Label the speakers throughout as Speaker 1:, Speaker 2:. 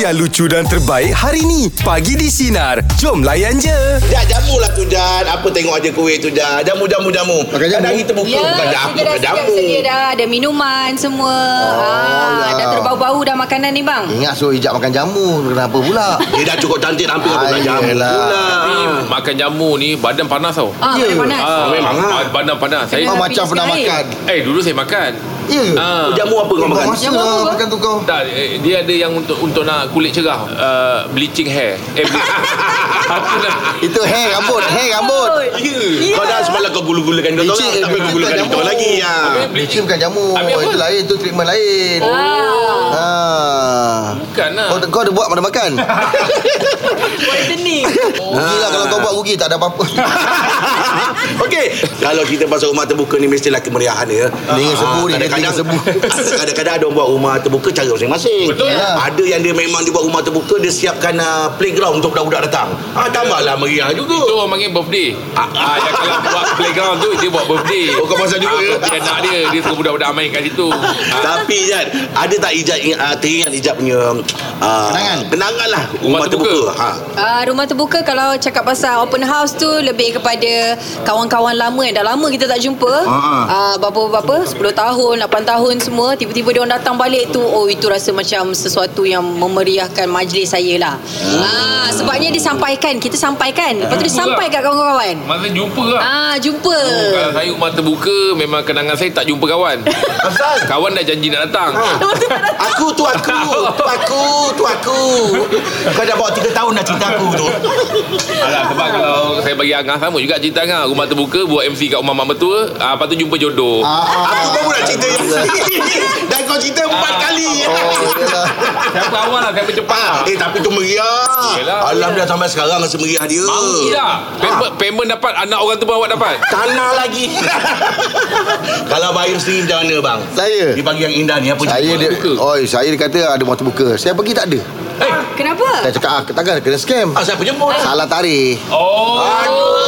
Speaker 1: yang lucu dan terbaik hari ni. Pagi di Sinar. Jom layan je.
Speaker 2: Dah jamu lah tu Dan Apa tengok aja kuih tu Dan Jamu jamu jamu
Speaker 3: Makan jamu?
Speaker 2: Kadang kita buka
Speaker 4: Ya,
Speaker 2: Oh, bukan jamu
Speaker 4: sudah dah
Speaker 2: Bukan
Speaker 4: sedap
Speaker 2: jamu
Speaker 4: sedia dah. Ada minuman semua.
Speaker 3: Oh,
Speaker 4: ah,
Speaker 3: lah.
Speaker 4: dah terbau-bau dah makanan ni bang.
Speaker 3: Ingat suruh hijab makan jamu Kenapa pula
Speaker 2: Dia dah cukup cantik Hampir
Speaker 3: Ah,
Speaker 2: bukan jamu ah.
Speaker 3: yelah.
Speaker 2: pula
Speaker 5: Tapi Hmm, makan jamu ni badan panas tau.
Speaker 4: Ah,
Speaker 3: Ya.
Speaker 4: yeah. panas.
Speaker 5: Ah,
Speaker 2: memang lah.
Speaker 5: ba- Badan panas. Saya
Speaker 3: Kau
Speaker 4: Kenapa
Speaker 3: macam
Speaker 4: pilih
Speaker 3: pernah
Speaker 4: sekali?
Speaker 3: makan
Speaker 5: eh dulu saya makan.
Speaker 3: Ya
Speaker 5: Ah.
Speaker 2: Jamu apa kau
Speaker 3: Kau
Speaker 2: makan
Speaker 3: masa
Speaker 4: Jamu apa?
Speaker 3: lah makan tu kau
Speaker 5: Tak, eh, dia ada yang untuk untuk nak kulit cerah.
Speaker 2: Ah.
Speaker 5: Uh, bleaching hair. Eh, bleaching. Aku dah
Speaker 3: Itu hair rambut Hair rambut
Speaker 2: Ya. Kau dah semalam kau gula-gulakan kau
Speaker 3: Licin,
Speaker 2: orang Tapi
Speaker 3: bukan
Speaker 2: kau gulakan
Speaker 3: jamu.
Speaker 2: kita orang lagi ya.
Speaker 5: Habis
Speaker 3: Bleaching bukan kan jamu
Speaker 5: Habis apa?
Speaker 3: Itu lain Itu treatment lain
Speaker 4: Ah,
Speaker 3: Ah.
Speaker 5: Bukan lah.
Speaker 2: Oh,
Speaker 3: Kau, kau ada buat pada makan
Speaker 4: whitening.
Speaker 3: Rugi lah kalau kau buat rugi Tak ada apa-apa
Speaker 2: Okey Kalau kita pasal rumah terbuka ni Mestilah kemeriahan dia
Speaker 3: Telinga sebu ni, dia telinga
Speaker 2: Kadang-kadang
Speaker 3: sebu.
Speaker 2: Kadang-kadang ada orang buat rumah terbuka Cara masing-masing
Speaker 5: Betul.
Speaker 3: Yalah.
Speaker 2: Ada yang dia memang Dia buat rumah terbuka Dia siapkan ah, playground Untuk budak-budak datang Ah Tambahlah meriah
Speaker 5: Itu
Speaker 2: juga
Speaker 5: orang panggil birthday. Ah, ah yang kalau buat playground tu dia buat birthday. Ah,
Speaker 2: Oh, kau pasal juga ya?
Speaker 5: birthday anak dia, dia suruh budak-budak main kat situ. Ah,
Speaker 2: Tapi Ijat Ada tak Ijat ingat- ah, Teringat Ijat punya ah,
Speaker 3: Kenangan?
Speaker 2: Kenangan lah Rumah,
Speaker 5: terbuka.
Speaker 2: terbuka, Ha.
Speaker 4: Ah, rumah terbuka kalau cakap pasal open house tu lebih kepada kawan-kawan lama yang dah lama kita tak jumpa. Ah, berapa-berapa 10 tahun, 8 tahun semua tiba-tiba dia orang datang balik tu oh itu rasa macam sesuatu yang memeriahkan majlis saya lah. Ah, sebabnya disampaikan, kita sampaikan. Lepas tu disampai kat kawan-kawan.
Speaker 5: Masa jumpa lah.
Speaker 4: Ah, jumpa.
Speaker 5: Kalau saya rumah terbuka Memang kenangan saya tak jumpa kawan Kawan dah janji nak datang
Speaker 2: Ah. Aku tu aku Tu aku Tu aku Kau dah bawa 3 tahun dah cerita aku tu
Speaker 5: Alah sebab kalau saya bagi Angah Sama juga cerita Angah Rumah terbuka Buat MC kat rumah mak mertua ah, Lepas tu jumpa jodoh
Speaker 3: Ah, ah.
Speaker 2: Aku baru nak cerita yang ni. Dan kau cerita
Speaker 5: Ah.
Speaker 2: 4 kali
Speaker 3: Oh, yelah.
Speaker 5: Siapa awal lah Siapa cepat lah
Speaker 2: Ah, Eh tapi tu meriah
Speaker 5: Yelah.
Speaker 2: Alhamdulillah sampai sekarang Rasa meriah dia
Speaker 5: Mau tidak lah.
Speaker 2: Ah.
Speaker 5: payment, payment dapat Anak orang tu pun awak dapat
Speaker 2: Tanah lagi Kalau Bayu sendiri macam mana bang?
Speaker 3: Saya?
Speaker 2: Di pagi yang indah ni Apa
Speaker 3: Saya dia
Speaker 5: terbuka.
Speaker 3: Oi, saya dia kata ada motor buka Saya pergi tak ada Saya
Speaker 4: Kenapa?
Speaker 3: cakap ah, takkan kena scam
Speaker 2: Ah, Siapa jemput?
Speaker 3: Salah tarik
Speaker 5: Oh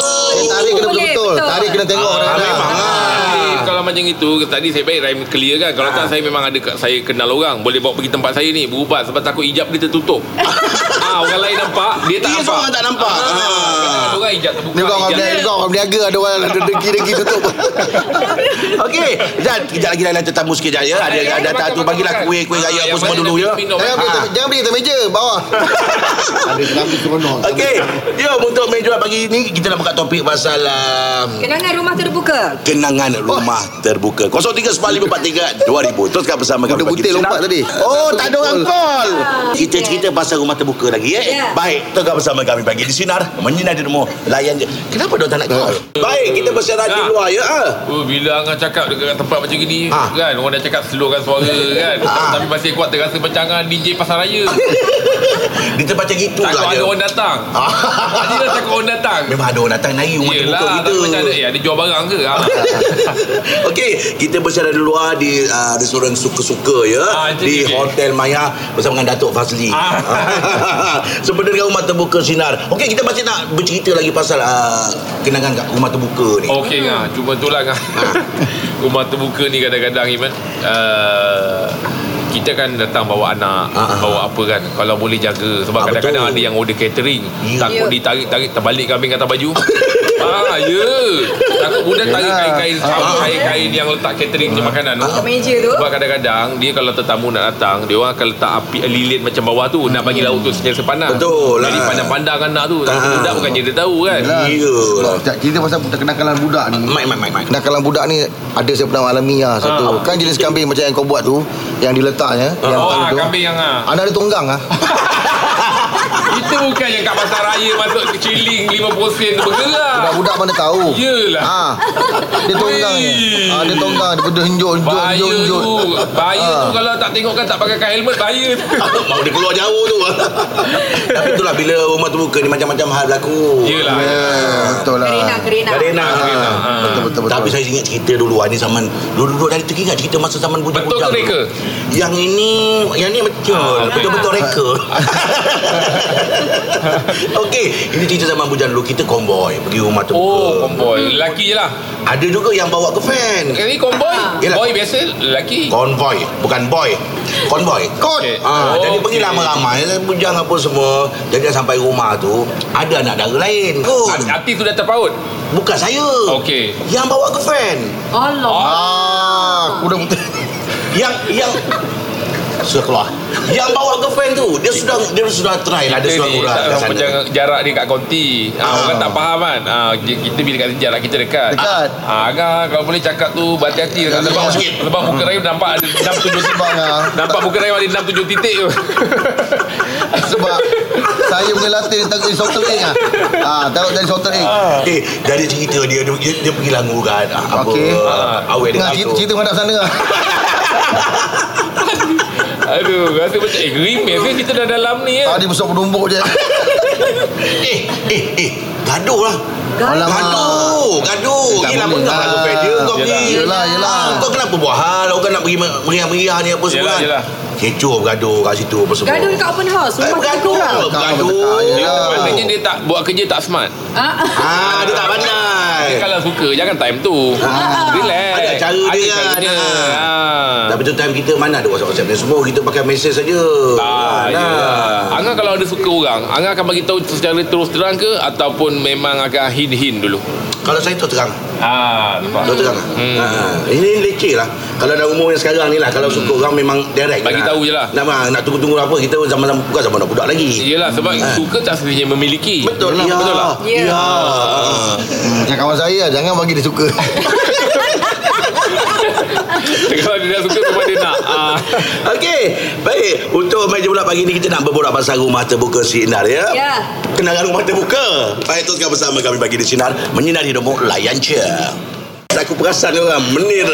Speaker 3: Saya tarik kena
Speaker 4: Boleh,
Speaker 3: betul-betul
Speaker 4: betul.
Speaker 3: Tarik kena tengok
Speaker 2: Ah, Ah.
Speaker 3: kadang-kadang.
Speaker 5: lah.
Speaker 2: memang
Speaker 5: Tadi Kalau macam itu Tadi saya baik Rahim clear kan Kalau tak saya memang ada Saya kenal orang Boleh bawa pergi tempat saya ni Berubat sebab takut hijab dia tertutup ah, Orang lain nampak Dia tak
Speaker 2: Dia
Speaker 5: nampak
Speaker 2: seorang tak nampak.
Speaker 5: ah,
Speaker 2: Ah.
Speaker 5: Orang hijab terbuka
Speaker 3: Ni kau orang
Speaker 5: hijab-
Speaker 3: berniaga, kau orang berniaga ada orang ada dengki-dengki tutup.
Speaker 2: Okey, dan kejap lagi lain tetamu sikit Jaya. Ada
Speaker 5: Eh,
Speaker 2: ada
Speaker 5: makan,
Speaker 2: tak tu
Speaker 5: makan,
Speaker 2: bagilah
Speaker 5: makan.
Speaker 2: kuih, kuih
Speaker 5: Ah,
Speaker 2: raya
Speaker 5: yang
Speaker 2: apa semua
Speaker 5: mana
Speaker 2: dulu
Speaker 5: dah
Speaker 2: ya.
Speaker 5: minum,
Speaker 3: Jangan beri jangan beri atas meja bawah. Ada tapi seronok.
Speaker 2: Okey, jom untuk meja pagi ni kita nak buka topik pasal um,
Speaker 4: Kenangan rumah terbuka.
Speaker 2: kenangan
Speaker 3: Oh.
Speaker 2: rumah terbuka. 0395432000. Teruskan bersama kami. Pagi
Speaker 3: Budak butik
Speaker 2: Sinar.
Speaker 3: lompat tadi. Ah.
Speaker 2: Oh, tak ada orang call. Kita
Speaker 4: Ya.
Speaker 2: cerita pasal rumah terbuka lagi eh.
Speaker 4: Ya.
Speaker 2: Baik, teruskan bersama kami pagi di sinar menyinar di rumah layan je. Kenapa dia tak nak call?
Speaker 3: Ah.
Speaker 2: Baik, kita bersiaran di
Speaker 5: Ya.
Speaker 2: luar ya. ah.
Speaker 5: Oh, bila Angah cakap dekat tempat macam gini
Speaker 2: Ah.
Speaker 5: kan orang dah cakap slowkan suara kan
Speaker 2: Ah.
Speaker 5: tapi masih kuat terasa macam Angah DJ pasar raya
Speaker 2: Dia terpacang gitu
Speaker 5: takut
Speaker 2: lah
Speaker 5: ada
Speaker 2: dia.
Speaker 5: orang datang
Speaker 2: Ah.
Speaker 5: tadi dah takut orang datang
Speaker 2: Memang ada orang datang naik rumah terbuka
Speaker 5: Yelah,
Speaker 2: kita.
Speaker 5: tak macam ada, eh, ada jual barang ke? Ah.
Speaker 2: Okey, kita bersiaran di luar di uh, restoran suka-suka ya.
Speaker 5: Ah, itu
Speaker 2: di
Speaker 5: dia.
Speaker 2: Hotel Maya bersama dengan Datuk Fazli.
Speaker 5: Ah.
Speaker 2: Sebenarnya dengan rumah terbuka sinar. Okey, kita masih nak bercerita lagi pasal uh, kenangan kat rumah terbuka ni. Oh.
Speaker 5: Okey ngah, cuma itulah ngah. Rumah terbuka ni kadang-kadang Iman uh, kita kan datang bawa anak,
Speaker 2: Ah, ah.
Speaker 5: bawa apa kan. Kalau boleh jaga sebab
Speaker 2: Ah,
Speaker 5: kadang-kadang
Speaker 2: betul.
Speaker 5: ada yang order catering,
Speaker 2: Ya.
Speaker 5: takut
Speaker 4: Ya.
Speaker 5: ditarik-tarik terbalik kambing atas baju. ah, ya. Takut budak tarik
Speaker 3: Yelah.
Speaker 5: kain-kain
Speaker 2: Ah,
Speaker 5: kain-kain yang letak catering je makanan tu.
Speaker 4: Kat meja tu.
Speaker 2: lah.
Speaker 5: Sebab kadang-kadang dia kalau tetamu nak datang, dia orang akan letak api lilin macam bawah tu nak bagi laut tu sentiasa panas.
Speaker 2: Hmm. Betul lah.
Speaker 5: Jadi pandang-pandang anak tu.
Speaker 2: Ah.
Speaker 5: Budak bukan dia tahu kan.
Speaker 3: Yelah.
Speaker 2: Yelah.
Speaker 3: Sekejap, Cerita pasal kenakalan budak ni.
Speaker 2: Mai mai mai mai.
Speaker 3: Kenakalan budak ni ada saya pernah alami lah satu. Kan jenis kambing macam yang kau buat tu yang diletaknya yang
Speaker 5: Oh,
Speaker 3: tangan
Speaker 5: Ah. ah,
Speaker 3: tu.
Speaker 5: kambing yang ah.
Speaker 3: Anak dia tunggang ah.
Speaker 5: Kita bukan yang kat pasar raya masuk ke ciling 50 sen tu bergerak.
Speaker 3: Budak-budak mana tahu.
Speaker 5: Yelah.
Speaker 2: Ah,
Speaker 3: Ha. Dia tunggang. je.
Speaker 5: Wih.
Speaker 3: Ha, dia tunggang dia benda henjuk henjuk
Speaker 5: Bahaya
Speaker 3: henjuk
Speaker 5: tu.
Speaker 3: henjuk.
Speaker 5: Bahaya tu
Speaker 3: Ah.
Speaker 5: kalau tak tengok kan tak pakaikan helmet bahaya tu.
Speaker 2: Mau dia keluar jauh tu. Tapi itulah bila rumah terbuka ni macam-macam hal berlaku.
Speaker 5: Yelah.
Speaker 3: Ya,
Speaker 2: Ah.
Speaker 3: betul lah.
Speaker 4: Kerina, kerina.
Speaker 2: Karena
Speaker 5: Karena, ah.
Speaker 3: Betul betul betul.
Speaker 2: Tapi saya ingat cerita dulu ah, ni zaman dulu-dulu dari tu ingat cerita masa zaman budak-budak.
Speaker 5: Betul ke
Speaker 2: dulu.
Speaker 5: reka?
Speaker 2: Yang ini yang ni betul.
Speaker 5: Ah,
Speaker 2: Betul-betul reka. Okey, ini cerita zaman bujang dulu kita konvoy pergi rumah terbuka.
Speaker 5: Oh, konvoy. Eh. Lelaki je lah.
Speaker 2: Ada juga yang bawa ke van.
Speaker 5: Ini konvoy.
Speaker 2: Yelah.
Speaker 5: Boy biasa lelaki.
Speaker 2: Konvoy, bukan boy. Konvoy. Kon.
Speaker 5: Okey.
Speaker 2: Ah, jadi
Speaker 5: Oh, Okey.
Speaker 2: pergi ramai-ramai, lah, bujang apa semua. Jadi dah sampai rumah tu, ada anak dara lain. Kon.
Speaker 5: Artis tu dah terpaut.
Speaker 2: Bukan saya.
Speaker 5: Okey.
Speaker 2: Yang bawa ke van.
Speaker 4: Allah.
Speaker 3: Ah, kuda putih.
Speaker 2: Yang yang sudah keluar. Yang bawa ke van tu, dia sudah dia sudah try lah, dia
Speaker 5: Kita
Speaker 2: sudah
Speaker 5: ni
Speaker 2: urang
Speaker 5: tak
Speaker 2: kat
Speaker 5: macam
Speaker 2: sana.
Speaker 5: jarak dia kat konti. Ha,
Speaker 2: Ah.
Speaker 5: Orang tak faham kan. Ha, kita bila kat jarak kita dekat.
Speaker 3: Dekat.
Speaker 5: Ha, agak kalau boleh cakap tu berhati-hati dengan sebab
Speaker 2: Jangan sikit.
Speaker 5: sebab muka Rahim nampak ada 6 7 titik.
Speaker 3: Bang, ah.
Speaker 5: Nampak muka Rahim ada 6 7 titik tu.
Speaker 3: Sebab saya punya latin tak dari Salter Egg ah. Ah, taruh dari Salter Egg.
Speaker 2: Eh, dari cerita dia dia, dia, dia pergi languran ah, apa
Speaker 3: Okey.
Speaker 2: ah, awet
Speaker 3: Tengah
Speaker 2: dengan
Speaker 3: cerita,
Speaker 2: tu.
Speaker 3: cerita menghadap sana ah.
Speaker 5: Aduh, rasa macam eh gerimis ke kita dah dalam ni ya.
Speaker 2: lah.
Speaker 3: Tadi Ah, besar penumbuk je.
Speaker 2: Eh, eh, eh, gaduh lah.
Speaker 3: Alamak.
Speaker 2: Gaduh, gaduh.
Speaker 3: Tak
Speaker 2: Eh, lama
Speaker 3: boleh
Speaker 2: kau
Speaker 3: lah.
Speaker 2: lagu fan dia kau
Speaker 5: Yelah.
Speaker 2: pergi.
Speaker 3: Yelah, yelah.
Speaker 2: Ah, Kau kenapa buat hal? Kau nak pergi me- meriah-meriah ni apa semua.
Speaker 5: Yelah,
Speaker 2: kan?
Speaker 5: yelah.
Speaker 2: Kecoh bergaduh kat situ apa semua.
Speaker 4: Gaduh dekat open house.
Speaker 2: Eh,
Speaker 4: Rumah kita
Speaker 2: bergaduh.
Speaker 4: kurang.
Speaker 2: Bergaduh.
Speaker 3: Ah,
Speaker 5: Dia,
Speaker 3: yelah.
Speaker 5: Maknanya dia tak buat kerja tak smart.
Speaker 4: Ah, ah.
Speaker 2: Ah, dia tak pandai.
Speaker 5: Dia kalau suka jangan time tu. Relax.
Speaker 2: Eh. Ah. Ada cara dia
Speaker 5: Ada cara
Speaker 2: kan.
Speaker 5: dia.
Speaker 2: Ah.
Speaker 5: Ah.
Speaker 2: Tapi tu time kita mana ada WhatsApp-WhatsApp ni semua. Kita pakai mesej saja.
Speaker 5: Ah,
Speaker 2: Nah.
Speaker 5: nah. Angah kalau ada suka orang, Angah akan bagi tahu secara terus terang ke ataupun memang akan hin-hin dulu.
Speaker 2: Kalau saya tu terang.
Speaker 5: Ah, nampak.
Speaker 2: Kau terang lah hmm. ha, Ini leceh lah Kalau dah umur yang sekarang ni lah Kalau hmm. suka orang memang direct
Speaker 5: Bagi
Speaker 2: lah.
Speaker 5: tahu je lah.
Speaker 2: Nak, nak tunggu-tunggu apa Kita zaman-zaman Bukan zaman budak lagi
Speaker 5: Yelah sebab
Speaker 2: Ah.
Speaker 5: suka tak sebenarnya memiliki.
Speaker 2: Betul lah
Speaker 5: Betul, betul lah.
Speaker 4: Ya.
Speaker 2: Ya
Speaker 3: Macam kawan saya jangan bagi dia suka.
Speaker 5: kalau dia dah suka memang dia nak. Ah.
Speaker 2: Okey Baik Untuk meja bulat pagi ni Kita nak berborak pasal rumah terbuka sinar ya
Speaker 4: Ya.
Speaker 2: Kenangan rumah terbuka Baik teruskan bersama kami bagi di sinar Menyinari hidupmu layan je Aku perasan orang menir.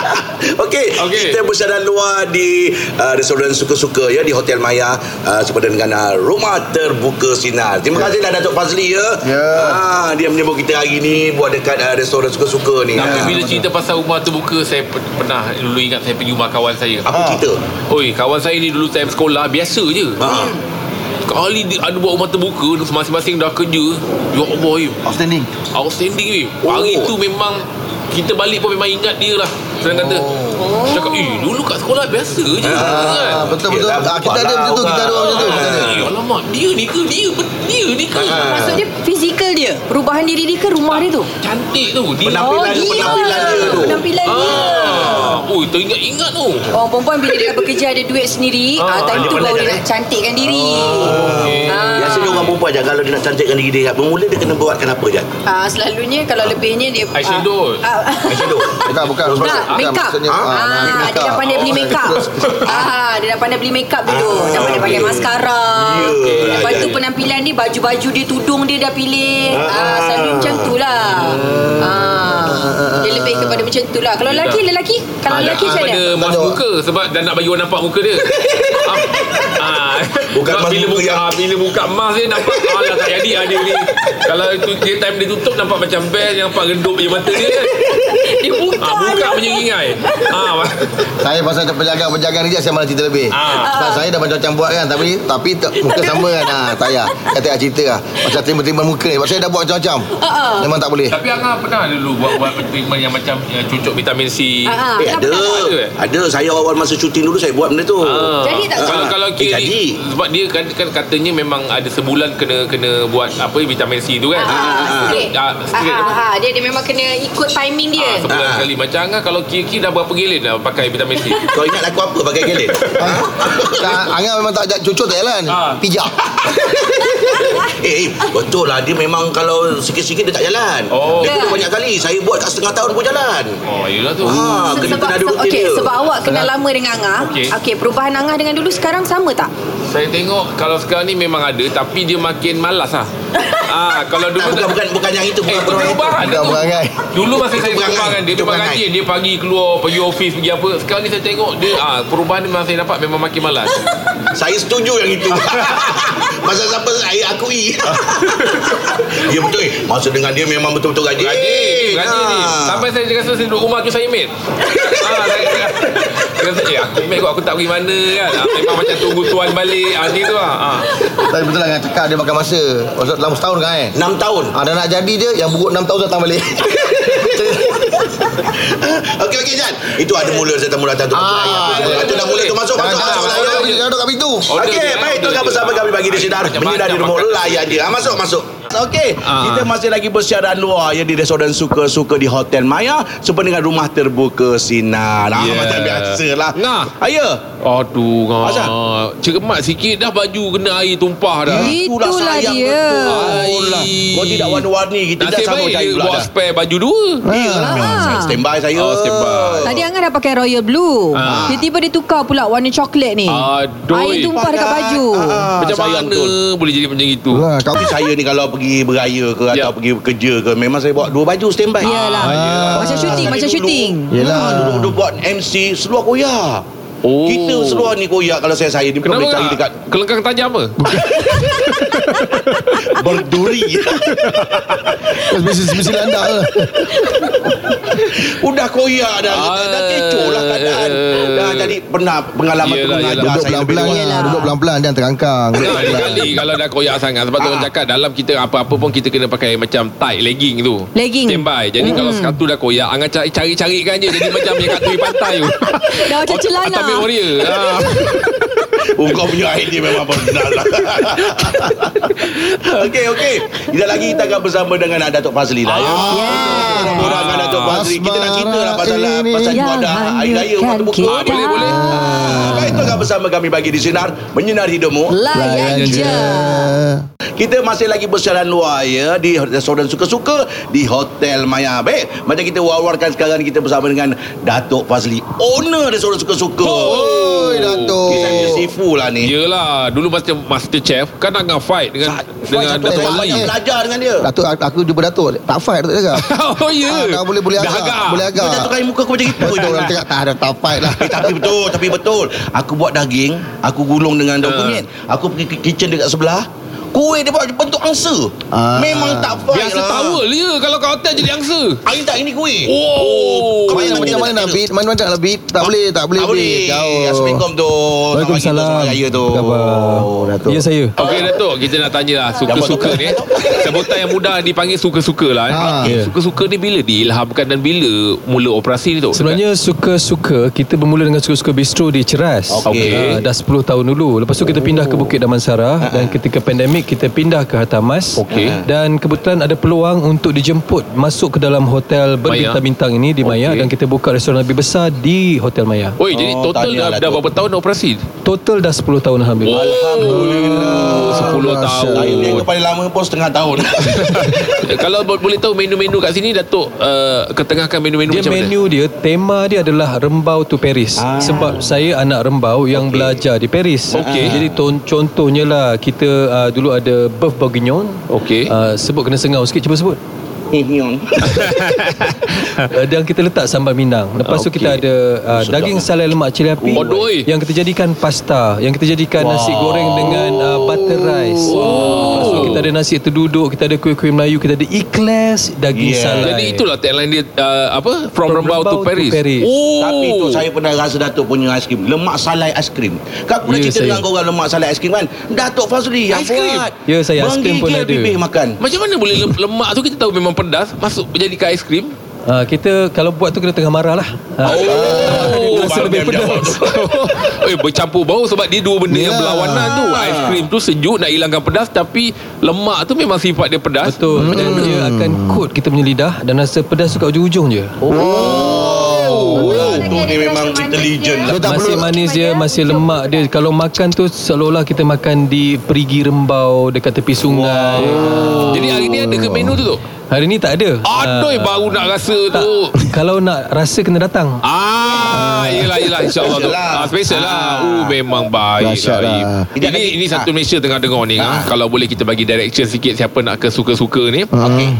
Speaker 2: Okey,
Speaker 5: Okey.
Speaker 2: kita bersandar luar di uh, restoran suka-suka ya di Hotel Maya uh, sempena dengan uh, Rumah Terbuka Sinar. Terima kasih dah Datuk Fazli ya.
Speaker 3: Ya.
Speaker 2: Ah, dia menyambut kita hari ni buat dekat uh, restoran suka-suka ni. Ah.
Speaker 5: Tapi bila cerita pasal rumah terbuka saya pe- pernah dulu ingat saya pergi rumah kawan saya.
Speaker 2: Apa cerita?
Speaker 5: Oi, kawan saya ni dulu time sekolah biasa je.
Speaker 2: Ah.
Speaker 5: Kali dia ada buat rumah terbuka masing-masing dah kerja. Ya Allah, eh.
Speaker 3: Outstanding.
Speaker 5: Outstanding weh.
Speaker 2: Oh.
Speaker 5: Hari tu memang kita balik pun memang ingat dia lah. Senang kata. Oh. Cakap, eh dulu kat sekolah biasa je. kan?
Speaker 3: Ah, betul betul.
Speaker 2: Yelah,
Speaker 3: Ah, kita ada macam tu, kita ada orang macam tu. Kita ada.
Speaker 5: Eh, alamak, dia ni ke? Dia, bet- dia ni ke?
Speaker 4: Maksud dia fizikal dia. Perubahan diri dia ke rumah dia tu?
Speaker 5: Cantik tu. Dia.
Speaker 2: Penampilan-
Speaker 4: dia.
Speaker 2: penampilan dia tu.
Speaker 4: Penampilan dia.
Speaker 5: Ah. Oh, teringat-ingat tu.
Speaker 4: Orang perempuan bila dia dah bekerja ada duit sendiri,
Speaker 5: Ah,
Speaker 4: ah, time
Speaker 2: dia lah.
Speaker 4: tu
Speaker 2: pandai
Speaker 4: baru
Speaker 2: dah,
Speaker 4: dia nak cantikkan diri. Ah.
Speaker 2: Biasanya orang perempuan je kalau dia nak cantikkan diri dia kat pemula dia kena buatkan apa je?
Speaker 4: Ah, selalunya kalau lebihnya dia ah,
Speaker 5: Eyeshadow.
Speaker 4: ah,
Speaker 2: Eyeshadow.
Speaker 3: Bukan bukan.
Speaker 4: Tak,
Speaker 3: Bukan,
Speaker 4: make up.
Speaker 3: maksudnya,
Speaker 4: Ah,
Speaker 3: nak make
Speaker 4: dia
Speaker 3: up.
Speaker 4: dah pandai beli make up.
Speaker 3: Terus.
Speaker 4: ah, dia dah pandai beli make up dulu.
Speaker 2: Ah,
Speaker 4: dah pandai pakai
Speaker 2: okey.
Speaker 4: maskara.
Speaker 2: Ya,
Speaker 4: Lepas
Speaker 2: ya,
Speaker 4: tu
Speaker 2: ya.
Speaker 4: penampilan dia, baju-baju dia, tudung dia dah pilih.
Speaker 2: Ah.
Speaker 4: Ah, selalu macam tu lah. Ah. Dia lebih kepada macam tu lah. Kalau lelaki, lelaki?
Speaker 5: Ah,
Speaker 4: Kalau lelaki macam mana?
Speaker 5: ada mas
Speaker 3: Tengok.
Speaker 5: muka sebab dah nak bagi orang nampak muka dia. Ah, ah,
Speaker 2: Bukan
Speaker 5: sebab
Speaker 2: mas
Speaker 5: bila
Speaker 2: muka
Speaker 5: buka,
Speaker 2: yang-
Speaker 5: ah, bila buka mas dia nampak alah tak jadi ah, dia ni. Kalau itu dia time dia tutup nampak macam bel yang nampak redup je mata dia kan.
Speaker 4: Dia buka.
Speaker 5: Ah, buka
Speaker 4: dia.
Speaker 5: punya ingai. Ah, ma-
Speaker 3: Saya pasal penjaga-penjaga ni je saya malah cerita lebih.
Speaker 5: Ah.
Speaker 3: Sebab saya dah macam-macam buat kan tapi tapi tak, muka sama kan. Ha, tak payah. Saya tak payah cerita lah. Macam terima-terima muka ni. Sebab saya dah buat macam-macam.
Speaker 4: Ah,
Speaker 3: Memang tak boleh.
Speaker 5: tapi Angah pernah dulu buat buat treatment yang macam yang cucuk vitamin C.
Speaker 4: Ah, ah.
Speaker 2: Eh,
Speaker 4: Kenapa
Speaker 2: ada.
Speaker 4: tak?
Speaker 5: Ada eh?
Speaker 2: Ada. Saya awal masa cuti dulu saya buat benda tu.
Speaker 5: Ah.
Speaker 4: Jadi tak
Speaker 5: kalau
Speaker 2: tak?
Speaker 5: kalau
Speaker 2: Eh,
Speaker 5: K ni,
Speaker 2: jadi.
Speaker 5: sebab dia kan, kan katanya memang ada sebulan kena kena buat apa vitamin C tu kan.
Speaker 4: Ah, straight.
Speaker 5: Ah,
Speaker 4: Ah,
Speaker 5: straight.
Speaker 4: ah, ah. Dia dia memang kena ikut timing dia.
Speaker 5: Ah, sebulan
Speaker 2: Ah.
Speaker 5: sekali macam Angah kalau kiri-kiri dah berapa gilin dah pakai vitamin C.
Speaker 2: Kau ingat aku apa pakai gelin?
Speaker 3: Tak, Angga memang tak ajak cucuk tak jalan.
Speaker 5: Ah.
Speaker 3: Pijak.
Speaker 2: eh, eh, betul lah. Dia memang kalau sikit-sikit dia tak jalan.
Speaker 5: Oh.
Speaker 2: Dia kena
Speaker 4: Tak.
Speaker 2: banyak kali. Saya buat kat setengah tahun pun jalan.
Speaker 5: Oh, yelah tu.
Speaker 2: Ah,
Speaker 4: Se-
Speaker 2: kena,
Speaker 4: sebab,
Speaker 2: kena ada
Speaker 4: sebab,
Speaker 2: rutin
Speaker 4: okay,
Speaker 2: dia.
Speaker 4: sebab awak kenal lama dengan Angah
Speaker 5: Okey.
Speaker 4: okay. okay, perubahan Angah dengan dulu sekarang sama tak?
Speaker 5: Saya tengok kalau sekarang ni memang ada tapi dia makin malas lah. ah, kalau
Speaker 2: Tak,
Speaker 5: dulu
Speaker 2: bukan, bukan, bukan yang itu.
Speaker 5: Eh,
Speaker 2: Bukan
Speaker 5: itu perubahan
Speaker 3: Bukan
Speaker 5: tu.
Speaker 3: perangai.
Speaker 5: Dulu masa saya
Speaker 2: perangai.
Speaker 5: perubahan dia,
Speaker 2: Itu
Speaker 5: dia memang
Speaker 2: perangai.
Speaker 5: rajin. Dia pagi keluar, pergi office, pergi apa. Sekarang ni saya tengok dia, ah, perubahan dia memang saya dapat memang makin malas.
Speaker 2: Saya setuju yang itu. Pasal siapa saya akui. ya betul. Eh. Masa dengan dia memang betul-betul rajin.
Speaker 5: Rajin, rajin ni.
Speaker 2: Ah.
Speaker 5: Sampai saya rasa saya duduk rumah tu saya mate. ah, saya, Kata eh aku Mac kot aku tak pergi mana kan ah, Memang macam tunggu tuan balik ah, Ni tu lah ah.
Speaker 3: Tapi betul lah kan cakap dia makan masa. Maksud dalam setahun kan eh.
Speaker 2: 6 tahun
Speaker 3: Ha, dah nak jadi dia yang buruk 6 tahun datang balik.
Speaker 2: Okey okey Jan Itu ada mula saya temu datang tu masuk
Speaker 3: Ah,
Speaker 2: layan. Itu dah mula tu masuk Masuk masuk
Speaker 3: Jangan-jangan orang
Speaker 2: layan
Speaker 3: duduk- orang duduk kat pintu.
Speaker 5: Order
Speaker 2: Okey
Speaker 5: dia,
Speaker 2: baik
Speaker 5: order
Speaker 2: tu kan
Speaker 5: dia.
Speaker 2: bersama kami bagi di sinar
Speaker 5: Macam
Speaker 2: Benda dari
Speaker 5: banyak
Speaker 2: rumah
Speaker 5: makan.
Speaker 2: layan dia Ah, Masuk masuk Okey,
Speaker 5: Ah.
Speaker 2: kita masih lagi bersiaran luar ya di restoran suka-suka di Hotel Maya sempena dengan rumah terbuka sinar. Ah,
Speaker 5: Yeah.
Speaker 2: macam biasalah.
Speaker 5: Nah.
Speaker 2: Ayah.
Speaker 5: Aduh
Speaker 2: Azhar.
Speaker 5: ah. Cermat sikit dah baju kena air tumpah dah
Speaker 4: Itulah
Speaker 2: sayang
Speaker 4: dia.
Speaker 2: betul lah. Kau tidak warna-warni kita dah
Speaker 5: Nasib
Speaker 2: sama
Speaker 5: baik
Speaker 2: jahil
Speaker 5: dia
Speaker 2: pula
Speaker 5: bawa
Speaker 2: dah. Ah,
Speaker 5: spare baju dua
Speaker 2: Iyalah. Stand by saya.
Speaker 5: Oh, stand by.
Speaker 4: Ah. Tadi Angah dah pakai royal blue.
Speaker 5: Ah.
Speaker 4: Tiba-tiba dia tukar pula warna coklat ni.
Speaker 5: Aduh.
Speaker 4: Air tumpah dekat
Speaker 2: Pakai.
Speaker 4: baju.
Speaker 2: Ah,
Speaker 5: Macam
Speaker 2: sayang lah.
Speaker 5: mana boleh jadi macam itu
Speaker 3: Wah, kau
Speaker 2: Tapi saya ni kalau pergi beraya ke atau
Speaker 5: Ya.
Speaker 2: pergi kerja ke memang saya bawa dua baju standby.
Speaker 4: Yalah.
Speaker 5: Ah,
Speaker 4: Macam syuting,
Speaker 2: Dari
Speaker 4: macam
Speaker 2: dulu.
Speaker 4: syuting.
Speaker 3: Yelah.
Speaker 2: Ah, Dulu-dulu buat MC seluar koyak.
Speaker 5: Oh.
Speaker 2: Kita seluar ni koyak kalau saya saya ni
Speaker 5: Kenapa
Speaker 2: boleh cari dekat
Speaker 5: Kelengkang tajam apa?
Speaker 2: berduri.
Speaker 3: bisnes bisnes anda ke?
Speaker 2: Udah koyak dah.
Speaker 5: Ah.
Speaker 2: Dah kecoh lah keadaan. Dah jadi pernah pengalaman tu
Speaker 5: Yelah,
Speaker 2: mengajar
Speaker 5: yelah.
Speaker 3: Duduk
Speaker 2: saya lebih
Speaker 3: pelan-pelan
Speaker 2: luas.
Speaker 3: ya, duduk pelan-pelan jangan terangkang. Duduk pelan-pelan.
Speaker 5: Kali-kali kalau dah koyak sangat Sebab tu
Speaker 2: Ah.
Speaker 5: orang cakap Dalam kita apa-apa pun Kita kena pakai macam tight legging tu
Speaker 4: Legging.
Speaker 5: Standby Jadi kalau
Speaker 2: Hmm.
Speaker 5: sepatu dah koyak Angan cari- cari-carikan je Jadi macam yang kat tepi pantai tu
Speaker 4: Dah macam celana.
Speaker 5: Tapi Korea Ah.
Speaker 2: Oh, kau punya idea memang benar lah. okey, okey. Kita lagi kita akan bersama dengan Datuk Fazli lah ya.
Speaker 4: Yeah.
Speaker 2: Orang dengan Datuk Fazli. Kita nak cerita lah pasal,
Speaker 3: Asmara
Speaker 2: pasal
Speaker 4: ini
Speaker 2: jual dah ah, air raya.
Speaker 4: yang
Speaker 2: waktu buka.
Speaker 4: hanyutkan
Speaker 2: Ah, Boleh, boleh.
Speaker 4: kan kita.
Speaker 2: Ah, Baik, tu akan bersama kami bagi di Sinar. Menyinar hidupmu.
Speaker 4: Layan je.
Speaker 2: Kita masih lagi bersiaran luar ya di restoran suka-suka di Hotel Maya. Baik, macam kita wawarkan sekarang kita bersama dengan Datuk Fazli, owner restoran suka-suka. Oh,
Speaker 3: Oi, Datuk.
Speaker 2: Kisah dia sifu lah ni.
Speaker 5: Yelah Dulu masa Master Chef Kan Angan fight Dengan
Speaker 2: Sa-
Speaker 5: dengan
Speaker 2: Datuk
Speaker 5: Dato'
Speaker 2: Fazli
Speaker 5: Ali
Speaker 2: belajar dengan dia.
Speaker 3: Datuk aku aku jumpa Datuk. Tak fight Datuk cakap.
Speaker 5: Oh ya
Speaker 3: Ah, tak boleh boleh
Speaker 5: Dah
Speaker 3: agak. Boleh agak.
Speaker 2: Kau jatuh kain muka aku macam itu.
Speaker 3: Betul orang cakap tak ada tak fight lah.
Speaker 2: Eh, tapi betul, tapi betul. Aku buat daging, aku gulung dengan daun
Speaker 5: Ha.
Speaker 2: kunyit. Aku pergi ke kitchen dekat sebelah. Kuih dia buat bentuk angsa.
Speaker 3: Ah.
Speaker 2: Memang tak fight
Speaker 5: Biasa
Speaker 2: lah.
Speaker 5: towel je Kalau kat hotel jadi angsa
Speaker 2: Hari tak ini kuih.
Speaker 5: Oh
Speaker 2: Kau bayang
Speaker 3: Macam
Speaker 2: dia tak
Speaker 3: mana nak
Speaker 2: tidur.
Speaker 3: beat? Mana macam nak beat? Tak boleh, tak boleh.
Speaker 2: Tak boleh.
Speaker 3: beat. Jauh.
Speaker 2: Assalamualaikum tu.
Speaker 6: Waalaikumsalam.
Speaker 2: Selamat raya tu.
Speaker 6: Apa khabar?
Speaker 3: Datuk.
Speaker 6: Ya saya.
Speaker 5: Okey Datuk, kita nak tanya lah suka-suka ni. eh. Sebutan yang mudah dipanggil suka-suka lah. eh.
Speaker 3: Ha.
Speaker 5: Okey,
Speaker 6: Ya.
Speaker 5: Suka-suka ni bila diilhamkan dan bila mula operasi ni tu?
Speaker 6: Sebenarnya suka-suka kita bermula dengan suka-suka bistro di Ceras.
Speaker 5: Okey. Oh. Ah,
Speaker 6: Ah, dah 10 tahun dulu. Lepas tu kita pindah ke Bukit Damansara dan ketika pandemik kita pindah ke Hatamas. Ah.
Speaker 5: Okey.
Speaker 6: Dan kebetulan ada peluang untuk dijemput masuk ke dalam hotel berbintang-bintang ini di
Speaker 5: Okey.
Speaker 6: Maya dan kita buka restoran lebih besar di Hotel Maya.
Speaker 5: Oi, jadi
Speaker 2: Oh,
Speaker 5: total
Speaker 2: tahniah,
Speaker 5: dah, dah
Speaker 2: Datuk.
Speaker 5: berapa tahun operasi?
Speaker 6: Total dah 10 tahun alhamdulillah.
Speaker 5: Alhamdulillah. 10
Speaker 2: Saya punya
Speaker 5: tahun. Eh,
Speaker 2: yang paling lama pun setengah tahun.
Speaker 5: Kalau bo- boleh tahu menu-menu kat sini Datuk uh, ketengahkan menu-menu
Speaker 6: Dia
Speaker 5: macam
Speaker 6: menu dia tema dia adalah Rembau to Paris. Ah. Sebab saya anak rembau yang okay. belajar di Paris. Ah.
Speaker 5: Okey.
Speaker 6: Jadi ton, contohnya lah kita uh, dulu ada Boeuf Bourguignon.
Speaker 5: Okey.
Speaker 6: Uh, sebut kena sengau sikit cuba sebut.
Speaker 2: Nyon.
Speaker 6: Uh, dan kita letak sambal minang. Lepas okay. tu
Speaker 5: Okey.
Speaker 6: kita ada uh, daging salai lemak cili api
Speaker 5: Bodoh, eh.
Speaker 6: yang kita jadikan pasta, yang kita jadikan wow. nasi goreng dengan uh, butter rice. Wow. Lepas tu kita ada nasi terduduk, kita ada kuih-kuih Melayu, kita ada ikhlas daging
Speaker 2: Yeah.
Speaker 6: yeah. salai.
Speaker 5: Jadi itulah tagline dia uh, apa From, Rembau, to Paris.
Speaker 6: Paris.
Speaker 5: Oh.
Speaker 2: Tapi tu saya pernah rasa Datuk punya aiskrim. Lemak salai aiskrim. Kau pernah
Speaker 6: Ya,
Speaker 2: cerita
Speaker 6: saya.
Speaker 2: dengan korang lemak salai aiskrim kan? Datuk Fazli yang
Speaker 5: Aiskrim?
Speaker 2: buat.
Speaker 6: Ya, saya aiskrim pun
Speaker 2: Menggigil
Speaker 6: ada.
Speaker 2: bibir makan.
Speaker 5: Macam mana boleh lem- lemak tu kita tahu memang pedas masuk jadi ke aiskrim?
Speaker 6: Uh, kita kalau buat tu kena tengah marah lah. Uh,
Speaker 5: Oh,
Speaker 6: rasa
Speaker 5: baru
Speaker 6: lebih
Speaker 5: dia menjawab
Speaker 6: pedas.
Speaker 5: tu. eh, bercampur bau sebab dia dua benda yeah. yang
Speaker 3: Ya.
Speaker 5: berlawanan tu. Aiskrim tu sejuk nak hilangkan pedas tapi lemak tu memang sifat dia pedas.
Speaker 6: Betul. Hmm. Dan dia akan kod kita punya lidah dan rasa pedas tu kat ujung-ujung je.
Speaker 2: Oh,
Speaker 4: Dia
Speaker 2: Datuk
Speaker 4: ada
Speaker 2: ni memang
Speaker 4: rasa manis
Speaker 2: intelligent
Speaker 4: dia.
Speaker 2: lah.
Speaker 3: So, tak
Speaker 6: masih
Speaker 3: perlu-
Speaker 6: manis dia, masih lemak dia. Kalau makan tu seolah-olah kita makan di perigi rembau dekat tepi sungai. Wow.
Speaker 5: Jadi hari ni ada ke menu tu tu?
Speaker 6: Hari ni tak ada.
Speaker 5: Aduh,
Speaker 6: Ah,
Speaker 5: baru nak rasa tu.
Speaker 6: kalau nak rasa kena datang.
Speaker 5: Ah, yelah yelah insya-Allah tu.
Speaker 2: Special lah.
Speaker 5: Ah, special lah. Uh, memang baik
Speaker 3: Dahsyat
Speaker 5: lah.
Speaker 3: lah.
Speaker 5: Ini ini, ini satu Malaysia tengah dengar ni. Ah. Kalau boleh kita bagi direction sikit siapa nak ke suka-suka ni.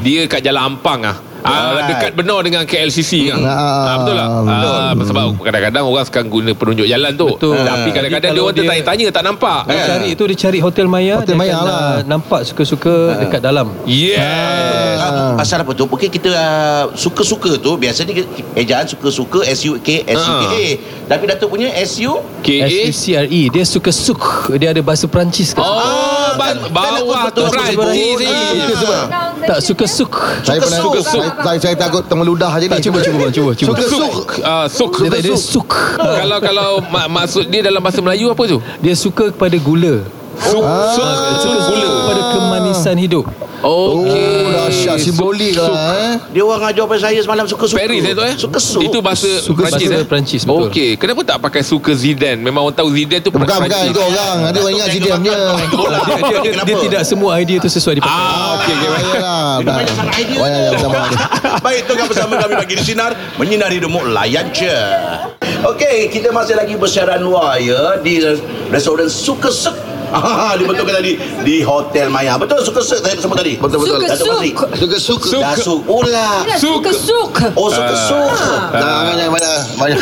Speaker 5: Dia kat Jalan Ampang ah. Ah,
Speaker 2: Alright.
Speaker 5: dekat benar dengan KLCC kan.
Speaker 3: Ah,
Speaker 5: Ah, betul tak?
Speaker 3: betul,
Speaker 5: ah, Hmm. Sebab kadang-kadang orang sekarang guna penunjuk jalan tu.
Speaker 6: Betul.
Speaker 5: Tapi
Speaker 6: Ah.
Speaker 5: kadang-kadang dia orang
Speaker 6: Jadi kalau dia-
Speaker 5: tertanya-tanya tak nampak.
Speaker 6: Dia cari itu dia cari Hotel Maya
Speaker 3: Hotel
Speaker 6: dia
Speaker 3: Maya
Speaker 6: akan,
Speaker 3: lah.
Speaker 6: ah, Nampak suka-suka dekat dalam
Speaker 5: Yeah.
Speaker 2: Ah. Pasal apa tu? Okey kita uh, suka-suka tu biasanya kita- ejaan suka-suka S U K S U K
Speaker 6: Ah.
Speaker 2: A. Tapi Datuk punya S U
Speaker 5: KA.
Speaker 6: S-U-C-R-E E. Dia suka-suk Dia ada bahasa Perancis kat situ.
Speaker 5: Oh, ba- bawah tu Perancis ni.
Speaker 3: Suka sebab
Speaker 6: Tak suka-suk
Speaker 3: Saya pernah
Speaker 2: Suka
Speaker 5: suk.
Speaker 3: saya, saya, saya takut termeludah je ni.
Speaker 6: Tak cuba cuba bang, cuba cuba
Speaker 3: Suka suk.
Speaker 5: Ah, sok.
Speaker 6: Dia tak dia suk
Speaker 5: Kalau kalau mak, maksud dia dalam bahasa Melayu apa tu?
Speaker 6: Dia suka kepada gula
Speaker 5: Sok sok
Speaker 6: Ah, Suka
Speaker 5: gula.
Speaker 6: kepada kemanisan hidup
Speaker 5: Okey.
Speaker 3: Ah. Oh, dahsyat simbolik lah eh.
Speaker 2: dia orang ajar pada saya semalam suka-suka.
Speaker 5: Paris eh tu eh?
Speaker 2: Suka-suka.
Speaker 5: Itu bahasa
Speaker 6: Suka-
Speaker 5: Perancis
Speaker 6: bahasa
Speaker 5: eh?
Speaker 6: Perancis, betul.
Speaker 5: Okey, kenapa tak pakai suka Zidane? Memang orang tahu Zidane tu
Speaker 3: Bukan bukan
Speaker 5: Perancis.
Speaker 3: itu orang. Ada orang ingat
Speaker 2: Datuk
Speaker 3: dia punya.
Speaker 2: makan bola.
Speaker 6: Lah, dia, dia, dia, dia
Speaker 2: Kenapa?
Speaker 6: tidak semua idea tu sesuai dipakai
Speaker 5: Ah, okey okey. baik.
Speaker 3: Ayalah.
Speaker 2: Dia banyak sangat idea.
Speaker 3: Ah. Banyak yang lah, sama.
Speaker 2: Baik, tengah bersama kami bagi di Sinar Menyinari Remuk Layan Je Okey, kita masih lagi bersiaran waya Di restoran Suka Sek Ah, dia betul ke tadi Di Hotel Maya Betul Suka Sek saya sebut tadi
Speaker 3: Betul-betul.
Speaker 4: Suka
Speaker 2: Datuk
Speaker 4: suk.
Speaker 2: Fazli.
Speaker 3: Suka suka.
Speaker 2: Dah suk ulah
Speaker 5: Suka.
Speaker 4: Suka suk.
Speaker 2: Oh Suka Suk
Speaker 3: Jangan yang lah, banyak banyak.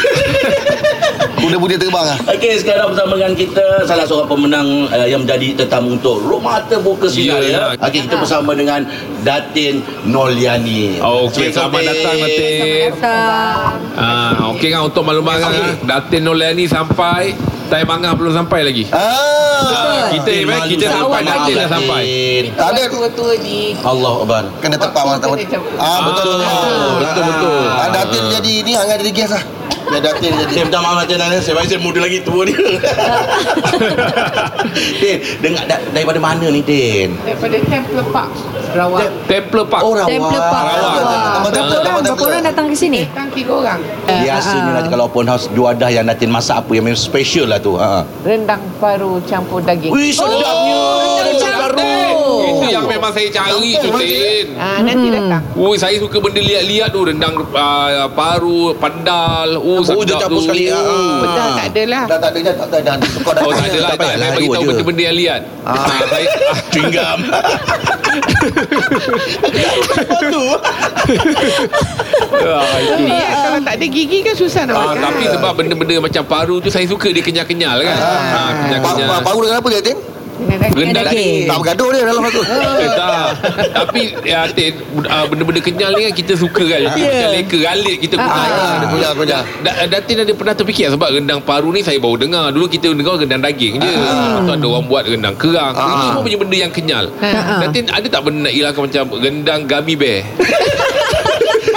Speaker 3: Kuda-kuda terbang ah.
Speaker 2: Okey, sekarang bersama dengan kita salah seorang pemenang uh, yang menjadi tetamu untuk Rumah Terbuka Sinar
Speaker 5: Ya,
Speaker 2: ya.
Speaker 5: ya.
Speaker 2: Okey, kita bersama dengan Datin Noliani.
Speaker 5: Okey, selamat datang Latif.
Speaker 4: Tak.
Speaker 5: Ah, okey kan untuk maklumat kan. ah, Datin Nolani sampai Time Angah belum sampai lagi.
Speaker 3: Ah.
Speaker 5: Ah, kita eh, kita sampai
Speaker 4: Awak
Speaker 5: Datin dah
Speaker 2: Datin.
Speaker 5: sampai.
Speaker 3: Tak ada
Speaker 4: Tua-tua ni.
Speaker 2: Allah Akbar.
Speaker 3: kena tepat orang tahu. Ah betul.
Speaker 5: Ah, betul betul.
Speaker 3: Ah datin jadi ni hang jadi gas ah. Biar datin jadi.
Speaker 2: Dia minta maaf Datin Noliani. Saya rasa muda lagi tua dia. Din, dengar da- daripada mana ni, Din?
Speaker 7: daripada Temple Park Sarawak
Speaker 5: Templar Park.
Speaker 2: Oh,
Speaker 4: Temple
Speaker 2: Rawak.
Speaker 4: Park.
Speaker 3: Tambah
Speaker 4: Berapa
Speaker 3: temple,
Speaker 4: orang,
Speaker 3: tambah
Speaker 4: berapa
Speaker 3: temple.
Speaker 4: orang datang ke sini?
Speaker 7: datang tiga orang
Speaker 2: Biasanya nanti kalau open house juadah yang Datin masak apa yang memang special lah tu. Ha.
Speaker 7: rendang paru campur daging
Speaker 2: Wih, sedapnya. lah,
Speaker 4: Rendang campur.
Speaker 5: Oh, Itu yang memang saya cari tu, Tin.
Speaker 7: ah nanti datang
Speaker 5: Ui, Oh, saya suka benda liat-liat tu. Rendang ah, paru, pandal. Oh,
Speaker 2: Oh, dia
Speaker 5: sedap
Speaker 2: campur
Speaker 5: tu.
Speaker 2: sekali. Ha.
Speaker 7: dah tak adalah
Speaker 3: Dah tak ada dah tak ada dah. Kau dah.
Speaker 5: Oh, tak adalah.
Speaker 2: Tak payah
Speaker 5: Tak, saya
Speaker 2: lah,
Speaker 5: bagi
Speaker 2: dua
Speaker 5: tahu
Speaker 2: je.
Speaker 5: benda-benda yang liat. Ah, saya,
Speaker 2: Cinggam. Apa tu?
Speaker 5: ah, itu.
Speaker 7: Ni, kalau tak ada gigi kan susah nak
Speaker 2: ya.
Speaker 5: Ah,
Speaker 7: makan
Speaker 5: tapi sebab benda-benda macam paru tu saya suka dia kenyal-kenyal kan. Ah, kenyal-kenyal.
Speaker 3: Baru kenapa datin?
Speaker 7: Kena daging.
Speaker 5: Rendang
Speaker 4: Daging.
Speaker 3: Tak bergaduh dia dalam aku.
Speaker 5: Eh, tak. Tapi ya, Tin, ah, benda-benda kenyal ni kan kita suka kan. Dia Macam leka galit kita guna.
Speaker 3: Ah, kuda kuda.
Speaker 5: Da, Datin ada pernah terfikir tak? sebab rendang paru ni saya baru dengar. Dulu kita dengar rendang daging je. Lepas tu ada orang buat rendang kerang. Itu semua punya benda yang kenyal.
Speaker 4: Ah.
Speaker 5: Datin ada tak benda nak hilangkan macam rendang gummy bear?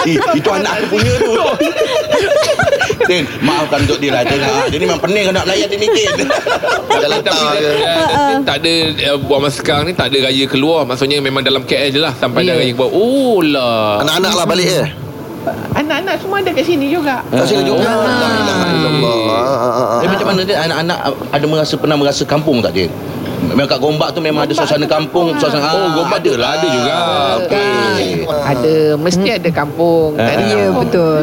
Speaker 2: Eh, itu anak aku punya tu. Din, maafkan untuk dia lah. Din. Ha, Dia ni memang pening nak layan dia ni, Din.
Speaker 3: Jalan
Speaker 5: Tapi
Speaker 3: tak
Speaker 5: Datin,
Speaker 3: je.
Speaker 5: ah, Datin tak ada eh, buat masa sekarang ni tak ada raya keluar. Maksudnya memang dalam KL je lah sampai dah raya keluar. Oh lah.
Speaker 3: Anak-anak lah balik
Speaker 2: Ah.
Speaker 3: eh.
Speaker 7: anak-anak semua ada kat sini juga
Speaker 3: Kat sini juga. La ilaha illallah. Ah, ah, ah,
Speaker 2: Eh,
Speaker 3: ah.
Speaker 2: macam mana dia anak-anak ada merasa pernah merasa kampung tak dia? Memang kat Gombak tu memang ada suasana kampung, suasana Ah,
Speaker 5: Oh, gombak ada lah. Ada juga.
Speaker 2: Okey.
Speaker 7: ada mesti ada kampung tak ada
Speaker 4: Ya,
Speaker 7: kampung.
Speaker 4: betul.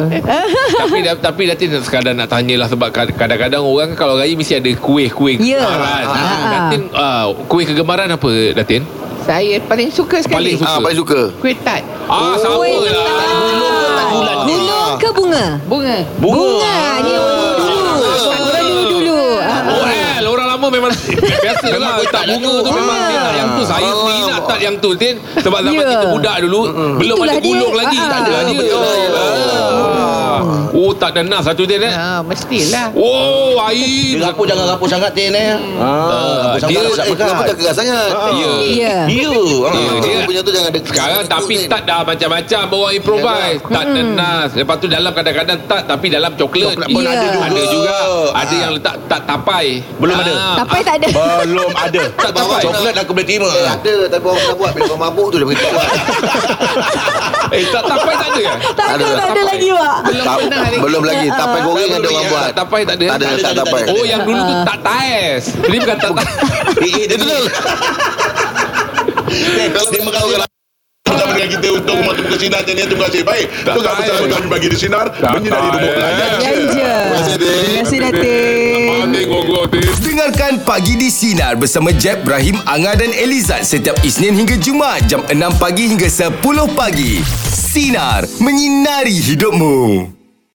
Speaker 5: tapi tapi nanti sekadar nak tanyalah sebab kad- kadang-kadang orang kan kalau raya mesti ada kuih-kuih
Speaker 4: Ya.
Speaker 5: kegemaran.
Speaker 4: Ah.
Speaker 5: Datin ah, kuih kegemaran apa Datin?
Speaker 7: saya paling suka sekali
Speaker 5: Paling suka.
Speaker 3: Ah, paling suka.
Speaker 7: kuih tart
Speaker 5: Ah, sama
Speaker 4: Kuih
Speaker 5: lah.
Speaker 4: ketan. Gulung ke bunga?
Speaker 7: bunga
Speaker 4: Bunga. Ni dulu dulu. Dulu dulu. Ah.
Speaker 5: OL orang lama memang biasa lah tak bunga tu memang dia nak yang tu saya sendiri nak tak yang tu Tin sebab zaman
Speaker 4: Ya.
Speaker 5: kita budak dulu belum
Speaker 4: Itulah
Speaker 5: ada
Speaker 4: dia.
Speaker 5: gulung lagi
Speaker 4: Ah,
Speaker 5: tak ada
Speaker 4: ah.
Speaker 5: dia Ah. oh tak ada nas satu Tin
Speaker 4: Ya.
Speaker 5: eh
Speaker 7: ah mestilah
Speaker 5: oh air
Speaker 2: Dia rapuh jangan rapuh sangat Din eh. Ha,
Speaker 5: dia-
Speaker 3: Eh, Kenapa tak keras sangat?
Speaker 5: Ya.
Speaker 2: Ya.
Speaker 4: Ya.
Speaker 3: Ah, dia
Speaker 5: Dia- dia-
Speaker 3: punya tu jangan ada
Speaker 5: Sekarang tapi
Speaker 3: Kulit.
Speaker 5: start dah macam-macam Orang improvise Tak nenas Lepas tu dalam kadang-kadang tak Tapi dalam coklat,
Speaker 2: Coklat
Speaker 4: pun ada
Speaker 5: Ada
Speaker 2: juga.
Speaker 5: juga Ada
Speaker 2: Ah.
Speaker 5: yang letak tak tapai Ah,
Speaker 2: Belum ada.
Speaker 4: Tapai tak ada.
Speaker 2: Belum ada.
Speaker 5: Tak tapai
Speaker 2: Coklat aku boleh terima.
Speaker 3: Eh, ada tapi orang pernah buat bila orang mabuk tu dia lah. begitu buat.
Speaker 5: Eh tak tapai tak ada kan
Speaker 4: Tak ada, tak ada lagi, Wak.
Speaker 7: belum
Speaker 3: Tak-
Speaker 7: pernah lagi
Speaker 3: Belum lagi
Speaker 6: lah.
Speaker 3: tapai goreng ada orang buat.
Speaker 5: kan? Tak tapai tak ada
Speaker 3: Tak ada
Speaker 2: Tak ada,
Speaker 3: tak
Speaker 2: tak ada,
Speaker 3: tapai.
Speaker 5: Oh yang dulu tu tak taes Ini bukan tak taes
Speaker 2: Eh, eh, dia betul. Dia merau kalau bersama dengan kita untuk rumah tukar sinar dan yang terima kasih. Baik,
Speaker 5: Tak
Speaker 2: tukar
Speaker 5: tahu.
Speaker 2: bersama kami bagi di sinar.
Speaker 5: Tak
Speaker 2: Menyinari
Speaker 5: tahu.
Speaker 2: rumah pelayan.
Speaker 4: Ganja. Terima kasih, Datin.
Speaker 5: gogok
Speaker 1: Dengarkan Pagi di Sinar bersama Jeb, Ibrahim, Anga dan Elizad setiap Isnin hingga Jumaat jam 6 pagi hingga 10 pagi. Sinar. Menyinari hidupmu.